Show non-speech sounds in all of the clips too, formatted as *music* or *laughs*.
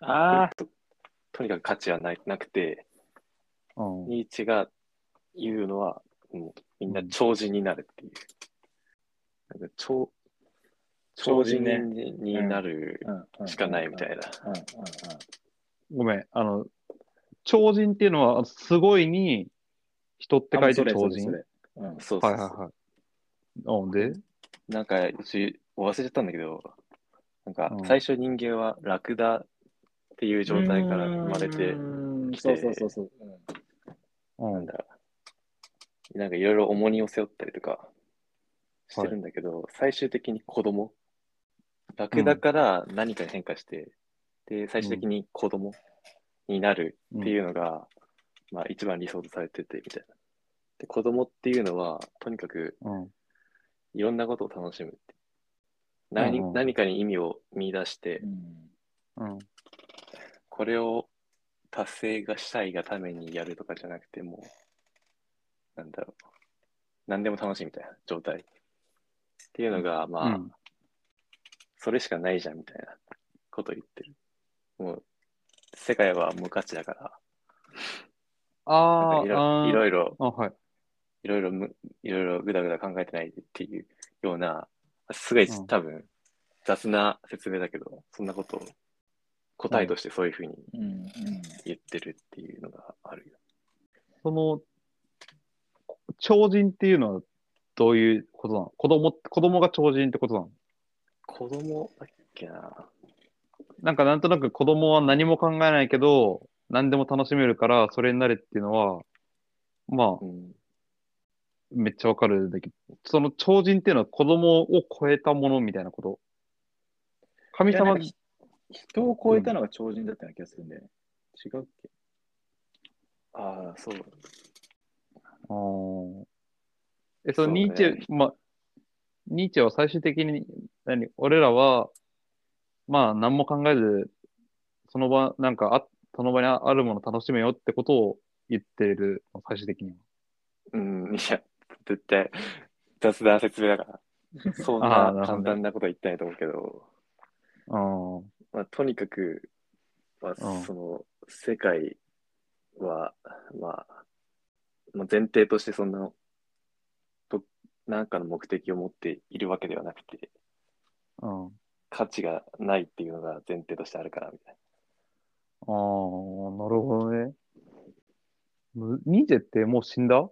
あととにかく価値はななくて、あ、うん。ニーチェが言うのは、もうみんな超人になるっていう。なんか超超超人人ねにになるしかないみたいいな。な。うんうんうんごめん、あの、超人っていうのは、すごいに人って書いて超人。はいうんそうそはいうそうはい。うんで、なんか、うち忘れちゃったんだけど、なんかうん最初人間はラクダっていう状態から生まれて、きてそうそうそうそう。うんうんなんだ、なんかいろいろ重荷を背負ったりとかしてるんだけど、最終的に子供、ラクダから何かに変化して、で、最終的に子供になるっていうのが、まあ一番理想とされてて、みたいな。で、子供っていうのは、とにかくうん。いろんなことを楽しむって。何,、うんうん何かに意味を見出して、うん。これを達成がしたいがためにやるとかじゃなくて、もう、なんだろう。何でも楽しいみたいな状態。っていうのが、まあ、うんそれしかないじゃんみたいなこと言ってる。もう、世界は無価値だから、あなんかいあ、ろいろいろ、あー、はい。いろいろむ、いろいろぐだぐだ考えてないっていうような、すごいうん多分雑な説明だけど、そんなことを答えとしてそういうふうにうんうん言ってるっていうのがあるよ。その、超人っていうのはどういうことなの子供、子供が超人ってことなの子供だっけななんかなんとなく子供は何も考えないけど、何でも楽しめるから、それになれっていうのは、まあう、ん。めっちゃわかるんだけど、その超人っていうのは子供を超えたものみたいなこと。神いやな様んか、ひ人を超えたのが超人だったような気がするんだよね。違うっけああ、そう。あーえ、そそうのねニーチェ、ま、ニーチェは最終的に、何、俺らは、まあ、何も考えず、その場、なんかあ、その場にあるもの楽しめよってことを言ってる、最終的には。うん、いや、絶対雑な説明だ *laughs* から、そんあーなるほなど簡ね単なことは言ってないと思うけど、あーまあ、とにかく、まあうんその世界は、まあ、まあ、前提としてそんなとなんかの目的を持っているわけではなくてうん。あ価値がないっていうのが前提としてあるからみたいあー、なるほどね。むニーチェってもう死んだ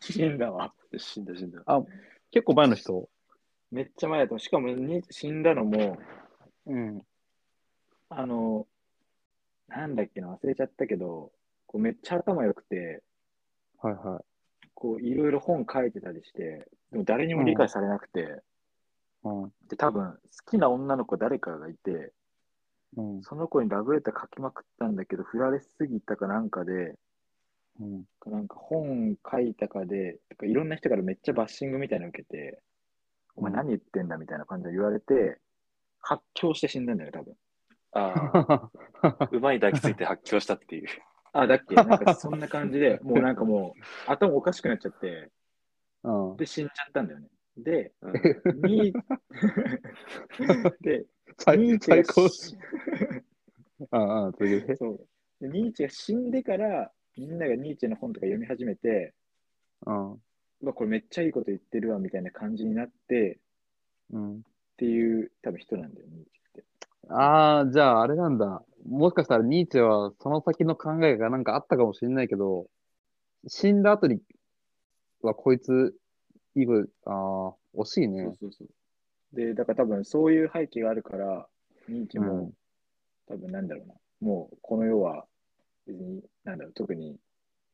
死んだわ。な死んだ死んだ結構前の人。めっちゃ前だと。しかもに死んだのも、うん。あの、なんだっけな、忘れちゃったけど、こうめっちゃ頭良くて、はいはい。こういろいろ本書いてたりして、でも誰にも理解されなくて、うん。で多分好きな女の子誰かがいて、うん。その子にラブレター書きまくったんだけど、振られすぎたかなんかで、うん。なんか本書いたかで、とかいろんな人からめっちゃバッシングみたいなの受けて、お前何言ってんだみたいな感じで言われて、発狂して死んだんだよね、多分。ああうまい抱きついて発狂したって *laughs* いうあ、だっけなん *laughs* かそんな感じで、もうなんかもう頭おかしくなっちゃって、うん。で死んじゃったんだよね。で、うんに *laughs* で、ニ最ーチェ最が高。うんうん、続けて。そうでニーチェが死んでから、みんながニーチェの本とか読み始めて、うん。うわ、これめっちゃいいこと言ってるわ、みたいな感じになって、うん。っていう、多分人なんだよ、ニーチェって。ああ、じゃああれなんだ。もしかしたらニーチェはその先の考えがなんかあったかもしれないけど、死んだ後にはこいつ、いいこと、ああ、惜しいね。そうそうそう。で、だから多分そういう背景があるから、ニーチェも、うん多分なんだろうな、もうこの世は別に、なんだろう、特に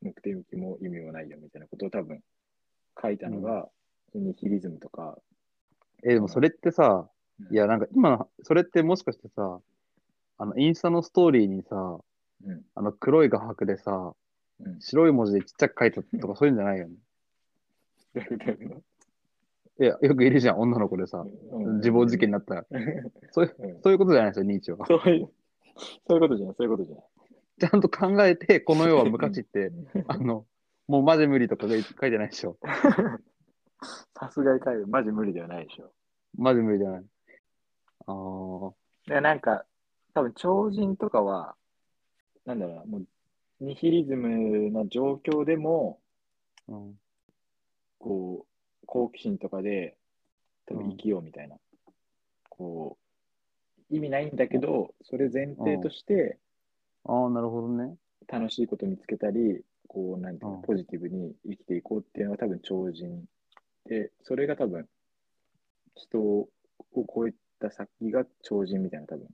目的も意味もないよみたいなことを多分書いたのが、ニヒリズムとか、え、でもそれってさ、うんいや、なんか今の、それってもしかしてさ、あの、インスタのストーリーにさ、うん、あの、黒い画伯でさ、うん白い文字でちっちゃく書いたとかそういうんじゃないよね。いや、よくいるじゃん、女の子でさ、うん自暴自 *laughs* 棄になったら。そういううんそういうことじゃないですよ、ニーチェは。 *laughs* そういう、そういうことじゃない、そういうことじゃない。ちゃんと考えて、この世は無価値って、あの、もうマジ無理とかで書いてないでしょ。さすがに書いてマジ無理ではないでしょ。マジ無理じゃない。ああ、でなんか、多分超人とかは、なんだろうな、もう、ニヒリズムの状況でも、うん。こう、好奇心とかで、多うん分生きようみたいな、こう、意味ないんだけど、それ前提として、ああ、なるほどね。楽しいこと見つけたり、こう、なんていううんの、ポジティブに生きていこうっていうのが多分超人で、それが多分、人を超えた先が超人みたいな多分、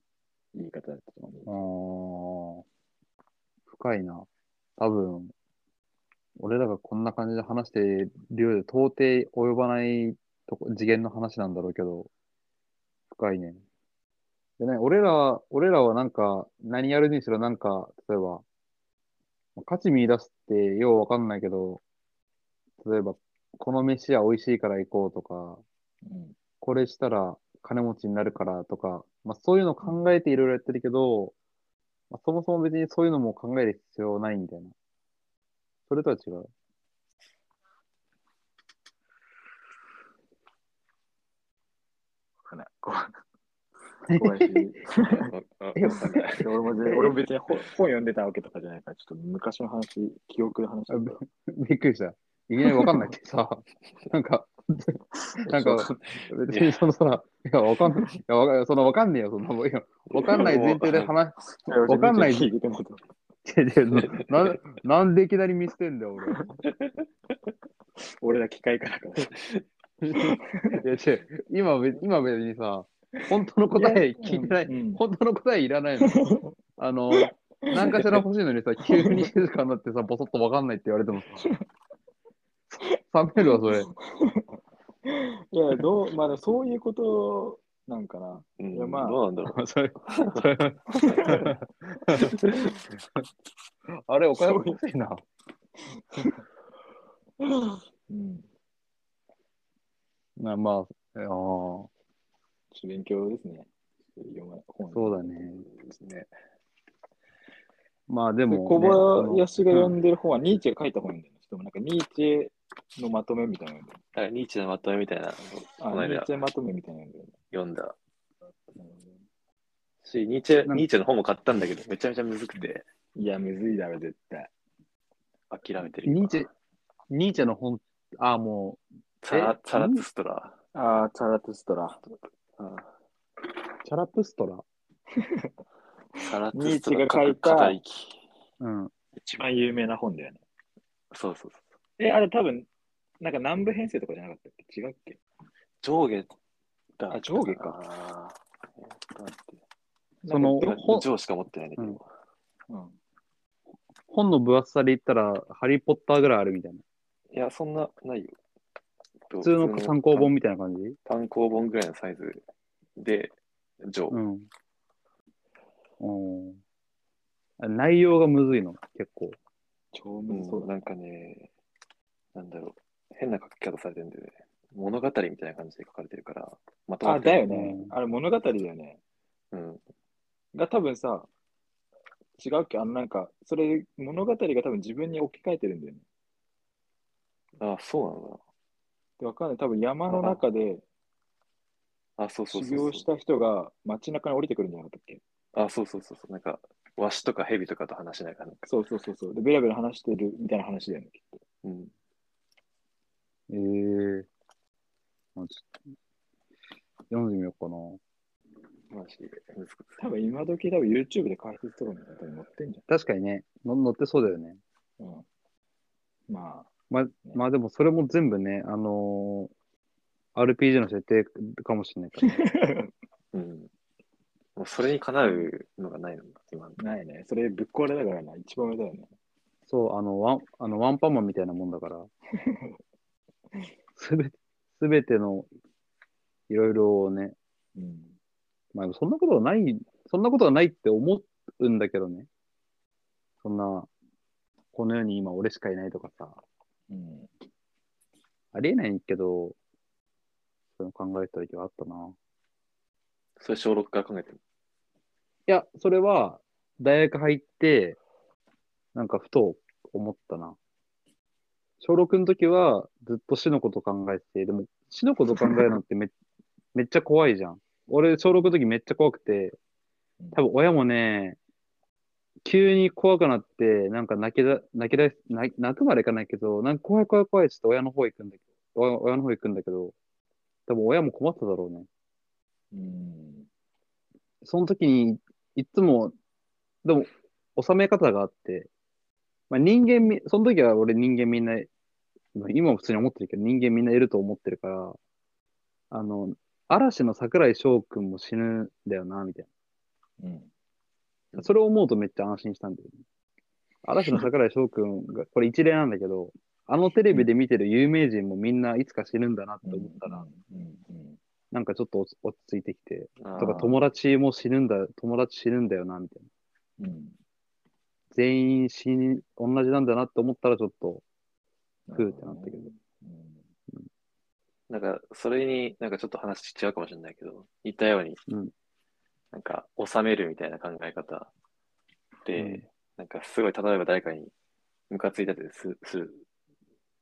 言い方だったと思う。ああ、深いな。多分、俺らがこんな感じで話してるようで、到底及ばないとこ次元の話なんだろうけど、深いね。でね、俺らは、俺らはなんか、何やるにしろなんか、例えば、価値見出すってようわかんないけど、例えば、この飯は美味しいから行こうとか、うんこれしたら金持ちになるからとか、まあ、そういうのを考えていろいろやってるけど、まあ、そもそも別にそういうのも考える必要ないみたいな。それとは違う。わかんない。こ *laughs* う小林うんわかんないで俺も全然俺も別 *laughs* に本本読んでたわけとかじゃないから、ちょっと昔の話、記憶の話だかびっくりした。いきなりわかんないってさ、 *laughs* なんか、ら。 *laughs* なんか、別にそのさ、いや、わかんない。いや、わかそのわかんねえよ、そんなもん。いや、わかんない前提で話そうわかんない聞いてたとしてるの。 *laughs* ななんでいきなり見せてんだよ、俺。俺ら機械からかもしれないいや、違う。今べ、今別にさ、本当の答え聞いてない。いやうんうん本当の答えいらないの。 *laughs* あの、何かしら欲しいのにさ、急に静かになってさ、ぼそっとわかんないって言われてもさ、冷めるわ、それ。いや、どう、まあでもそういうことなんかな。うんいやまあどうなんだろそれ、それ。あれ、お金欲しいな。うん。なまあ、ああ、そちょっと勉強ですね。読ま本うだね。うですね。まあ、ででも、ね小林がその読んでる本は、ニーチェが書いた本なんだよね。しかもなんかニーチェのまとめみたいなの読んでるう。あニーチェのまとめみたいな、このあ、ニ間ーチェまとめみたいなの読んでる読んだなるほどねし、ニーチェ、なんニーチェの本も買ったんだけど、めちゃめちゃむずくて、いや、むずいだろ、絶対。諦めてる。ニーチェ、ニーチェの本、ああ、もサラえサラツストラ。ああ、チャラトゥストラ。う、チャラプストラ。サラツストラ。ニーチェが書いた語りきうん。一番有名な本だよね。そうそうそう。え、あれ多分、なんか南部編成とかじゃなかったっけ違うっけ上下だあ上下かか。えっと待ってそのなんかほ上しか持ってないんだけど。うんうん本の分厚さで言ったら、ハリー・ポッターぐらいあるみたいな。いや、そんなないよ。普通の参考本みたいな感じ単行本ぐらいのサイズで、上。うん。うんあ。内容がむずいの、結構。超うむんずそうだ。なんかね、なんだろう、変な書き方されてるんで、ね、物語みたいな感じで書かれてるから、まとまあ、ってだるよねう。んあれ物語だよね。うん、が多分さ、違うっけあのなんか、それ物語が多分自分に置き換えてるんだよね。あ、そうでわかんない。多分山の中でなんだ。あ、そうそう修そうそう。行した人が街中に降りてくるんじゃなかったっけあ、そうそうそうそう。なんか、ワシとかヘビとかと話しながら、なんかそうそうそうそう。で、ベラベラ話してるみたいな話だよね。きっとうん。ええまあちょっと読んでみようかな。マジで難しい。多分今時多分 YouTube で解説とかみたいなの多分載ってんじ確かにね、の載ってそうだよね。ゃん。うん。まあ、まあ、まあでもそれも全部ね、あのー RPG の設定かもしれないから、うん。もうそれにかなうのがないのか、今の。ないね。それぶっ壊れだからな。一番目だよね。そう、あの、ワン、あの、ワンパンマンみたいなもんだから、すべて、すべての、いろいろをね、うん。まあ、そんなことはない、そんなことはないって思うんだけどね。そんな、この世に今俺しかいないとかさ、うん。ありえないけど、そういうの考えてた時はあったな。それ小6から考えてる。いや、それは、大学入って、なんかふと思ったな。小6の時は、ずっと死のこと考えてて、でも、死 *laughs* のこと考えるのってめめっちゃ怖いじゃん。俺、小6の時めっちゃ怖くて、多分親もね、急に怖くなって、なんか泣きだ、泣きだし、泣泣くまでいかないけど、なんか怖い怖い怖いっつって親の方行くんだけど、親親の方行くんだけど、多分親も困っただろうね。うん。その時に、いつも、でも、収め方があって、まあ、人間み、その時は俺人間みんな、まあ今も普通に思ってるけど、人間みんないると思ってるから、あの、嵐の桜井翔くんも死ぬんだよな、みたいうん。な。それを思うとめっちゃ安心したんだよね。嵐の桜井翔くんが、これ一例なんだけど、あのテレビで見てる有名人もみんないつか死ぬんだなって思ったら、うん。うん。なんかちょっと落ち落ち着いてきて、あーとか友達も死ぬんだ、友達死ぬんだよな、みたいな。うん。全員死に、同じなんだなって思ったらちょっと、ふーってなったけど。なんか、それになんかちょっと話違うかもしれないけど、言ったように、うんなんか、収めるみたいな考え方で、うんなんかすごい、例えば誰かにムカついたりすする、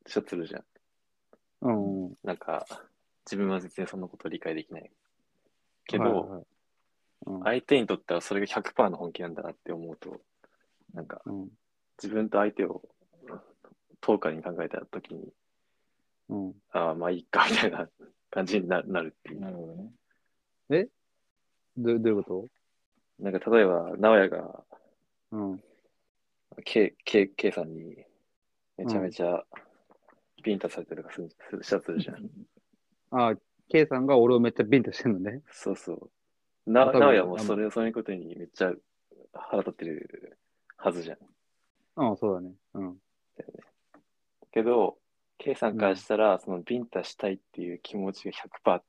しょするじゃん。うん。うんなんか、自分は全然そんなこと理解できない。けど、はいはいうん相手にとってはそれが100%の本気なんだなって思うと、なんか、うん自分と相手を等価に考えたときに、うんああ、まあいいか、みたいな感じにななるっていう。なるほどね。どどういうこなんか、例えば、直哉が、とうん。 K、K、K さんに、めちゃめちゃ、ビンタされたりとかする、すしたするじゃん。ああ、K さんが俺をめっちゃビンタしてんのね。そうそう。な、多分なおやもそれ、そういうことにめっちゃ腹立ってるはずじゃん。うん、そうだね。うん。けど、K さんからしたら、そのビンタしたいっていう気持ちが100%って、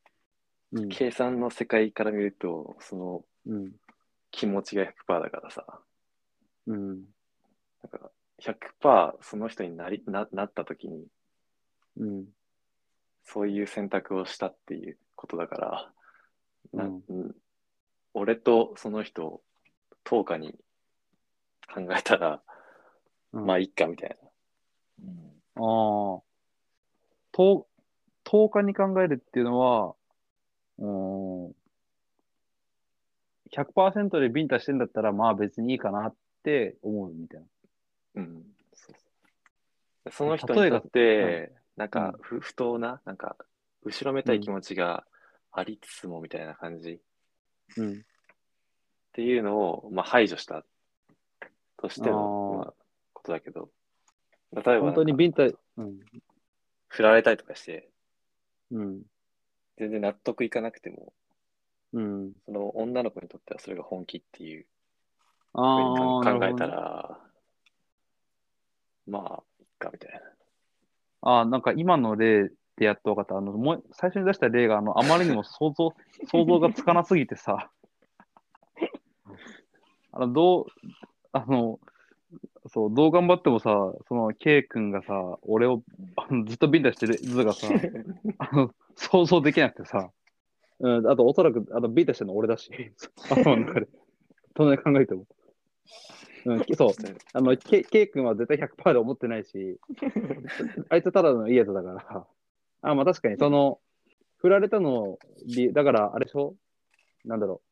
うん。 K さんの世界から見ると、そのうん。気持ちが100%だからさ、うん。なんか100%その人になりななった時に、うん。そういう選択をしたっていうことだから、なうんうん俺とその人を10日に考えたら、うん、まああいいかみたいうん。あー。と、10日に考えるっていうのは、うーん。100%でビンタしてんだったら、まあ別にいいかなって思うみたいな。な。うん、そうそうその人例にえとばって、なんか不不当な、なんか後ろめたい気持ちがありつつもみたいな感じっうん。ていうのを、まあ、排除したとしてあーの、まあことだけど、例えばなん本か当にビンタ、うん。振られたりとかして、うん。全然納得いかなくても、うん。その女の子にとってはそれが本気っていうふうにああ、考えなたるほどね。ら、まあ、いっかみたいな。ああ、なんか今の例でやっと分かった。あの、もう最初に出した例が、あの、あまりにも想像、 *laughs* 想像がつかなすぎて *laughs* さ、あの、どう、あの、そう、どう頑張ってもさ、その、K 君がさ、俺をあのずっとビンタしてる図 *laughs* がさ、あの、想像できなくてさ、うん、あと、おそらく、あと、ビンタしてるの俺だし、 *laughs* 頭の中 *laughs* で。どんなに考えても。うん、そう、あの、ケケイ君は絶対100%で思ってないし、あいつただのいいやつだから。あ、まあ確かに、その、振られたのを理由、だから、あれでしょなんだろ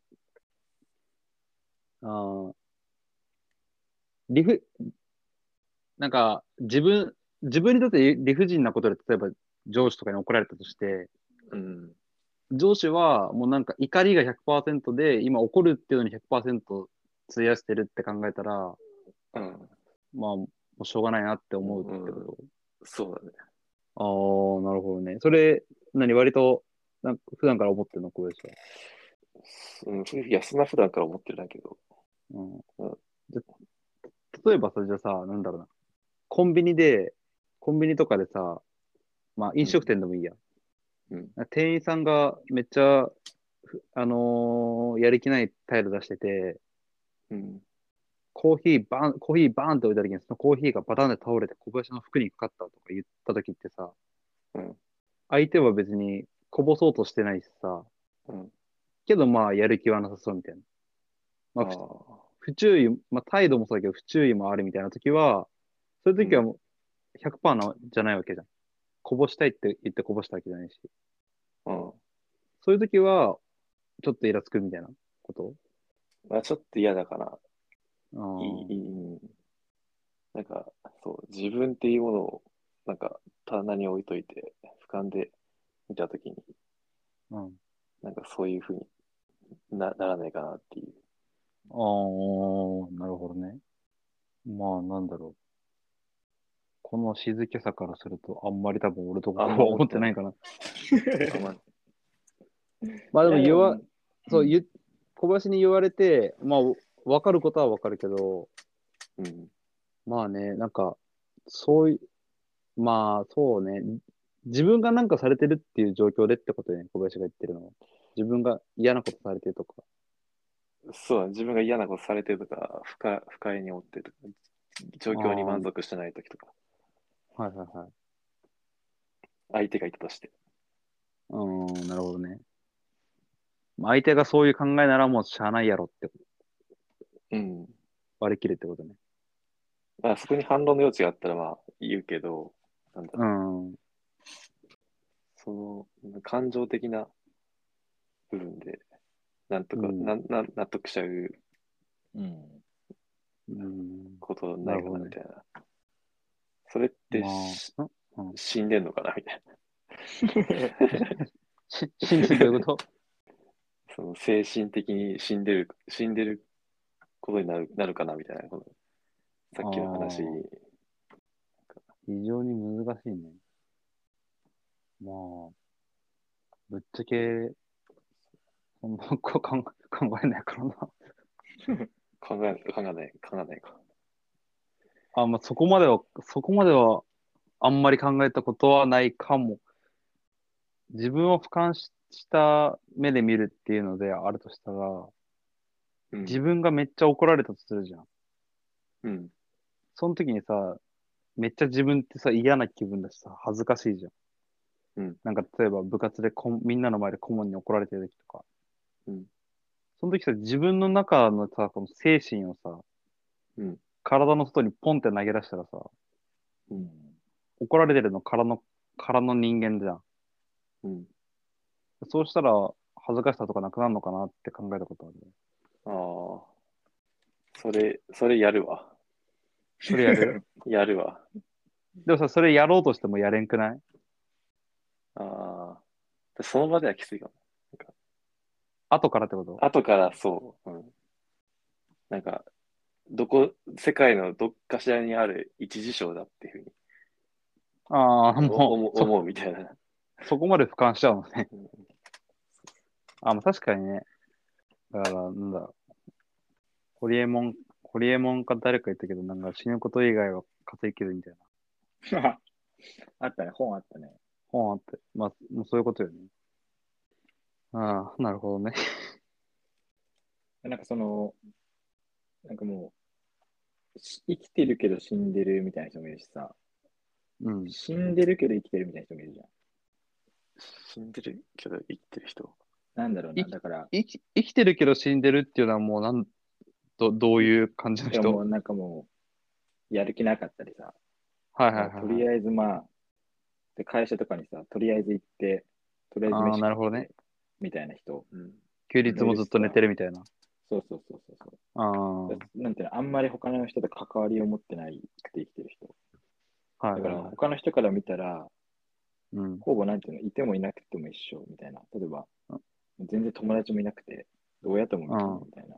う。ああ、理不、なんか、自分、自分にとって理不尽なことで、例えば上司とかに怒られたとして、うん。上司はもうなんか怒りが100%で、今怒るっていうのに100%費やしてるって考えたら、うん。まあ、もうしょうがないなって思うってこと。そうだね。ああ、なるほどね。それ、何、割と、なんか普段から思ってるの、こうでしうん、それいや、そんな普段から思ってるんだけど。ょ。ううんん。じゃ例えばさ、じゃあさ、なんだろうな。コンビニで、コンビニとかでさ、まあ飲食店でもいいや。うん。店員さんがめっちゃ、ふあのーやる気ない態度出してて、うん。コーヒーバーン、コーヒーバーンって置いた時に、そのコーヒーがバタンで倒れて小林の服にかかったとか言った時ってさ、うん相手は別にこぼそうとしてないしさ、うん。けどまあやる気はなさそうみたいな。まあ、あふ不注意、まあ態度もそうだけど不注意もあるみたいな時は、そういう時はもう100%なじゃないわけじゃん。こぼしたいって言ってこぼしたわけじゃないし。ーうん。そういう時は、ちょっとイラつくみたいなことまあ、ちょっと嫌だかな。うんいい、いいうんなんか、そう、自分っていうものを、なんか、棚に置いといて、俯瞰で見たときに、うん。なんかそういうふうになならないかなっていう。ああ、なるほどね。まあ、なんだろう。この静けさからすると、あんまり多分俺とかあはんま思ってないかな。あまあまあでも言わいや、そう、言、小林に言われて、まあ、わかることはわかるけど、うん。まあね、なんか、そういう、まあ、そうね。自分がなんかされてるっていう状況でってことよね、小林が言ってるのは。自分が嫌なことされてるとか。そうだね、自分が嫌なことされてるとか、不快不快に思ってるとか、状況に満足してないときとか、はいはいはい。相手がいたとして。うーん、なるほどね。まあ相手がそういう考えならもうしゃあないやろってうん。割り切るってことね。まあ、そこに反論の余地があったら、まあ、言うけど、なんだろううーん。その感情的な部分で、なんとか、うんなんなん納得しちゃううん。うん。ことななるいかなほどねみたいな。それってましあ、ん死んでんのかなみたい *laughs* し信じてることな。 *laughs* その精神的に死んでる、死んでることになるなるかなみたいな。このさっきの話あー非常に難しいね。まあ、ぶっちゃけ、そんなこと考え *laughs* 考えないからな。考え、考えない、考えないか。あ、まあそこまでは、そこまでは、あんまり考えたことはないかも。自分を俯瞰しした目で見るっていうのであるとしたら、うん。自分がめっちゃ怒られたとするじゃん。うん。その時にさ、めっちゃ自分ってさ、嫌な気分だしさ、恥ずかしいじゃん。うんなんか例えば部活でこんみんなの前で顧問に怒られてる時とか。うんその時さ、自分の中のさ、この精神をさ、うん体の外にポンって投げ出したらさ、うん。怒られてるのからの、からの人間じゃん。うん。そうしたら、恥ずかしさとかなくなるのかなって考えたことあるね。ああ。それ、それやるわ。それや *laughs* *laughs* るやるわ。でもさ、それやろうとしてもやれんくないああ。その場ではきついかも。後からってこと後からそう、うん、なんか、どこ、世界のどっかしらにある一事象だっていうああ、ふうにおも思うう、思うみたいな。そ、そこまで俯瞰しちゃうのねうん。あ、まあ確かにね。だから、なんだ。ホリエモン、ホリエモンか誰か言ったけど、なんか死ぬこと以外は稼げるみたいな。あったね、本あったね。本あって。まあ、もうそういうことよね。ああ、なるほどね。なんかその、なんかもう、し生きてるけど死んでるみたいな人もいるしさ、うん。死んでるけど生きてるみたいな人もいるじゃん。死んでるけど生きてる人。なんだろうな、いだから、生き生きてるけど死んでるっていうのはもうなんどどういう感じのいや人もうなんかもう、やる気なかったりさ、はいはいはい。とりあえずまあ、で会社とかにさ、とりあえず行って、とりあえず飯あーなるほどねみたいな人。うん。休日もずっと寝てるみたいな。そうそうそうそうそう。ああ。はいなんていうの、あんまり他の人と関わりを持ってないって生きてる人。はいだからはい。他の人から見たら、うん。ほぼなんていうの、いてもいなくても一緒みたいな。例えば、全然友達もいなくて、親とも見てないみたいな。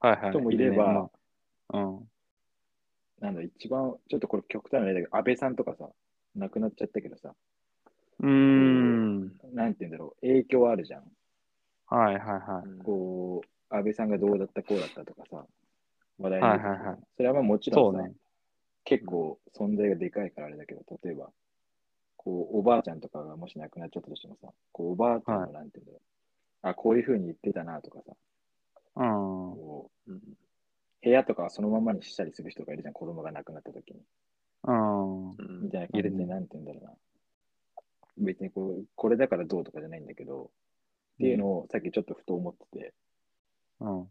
はいはい。人もいればねまあうん。なんだ、一番、ちょっとこれ極端な例だけど、安倍さんとかさ、亡くなっちゃったけどさ、うーん。なんていうんだろう、影響あるじゃん。はいはいはこう、安倍さんがどうだった、こうだったとかさ、話題に出てくるはいはいはいそれはまあもちい。ろそんうさ、ね。結構存在がでかいからあれだけど、例えば、こう、おばあちゃんとかがもし亡くなっちゃったとしてもさ、こう、おばあちゃんはのなんていうんだろう、あ、こういうふうに言ってたなとかさ、うん。うん。こう、部屋とかはそのままにしたりする人がいるじゃん、子供が亡くなった時に。うんみたいな感じいるねで、なんて言うんだろうな。別にこう、これだからどうとかじゃないんだけど、っていうのをさっきちょっとふと思ってて、うん。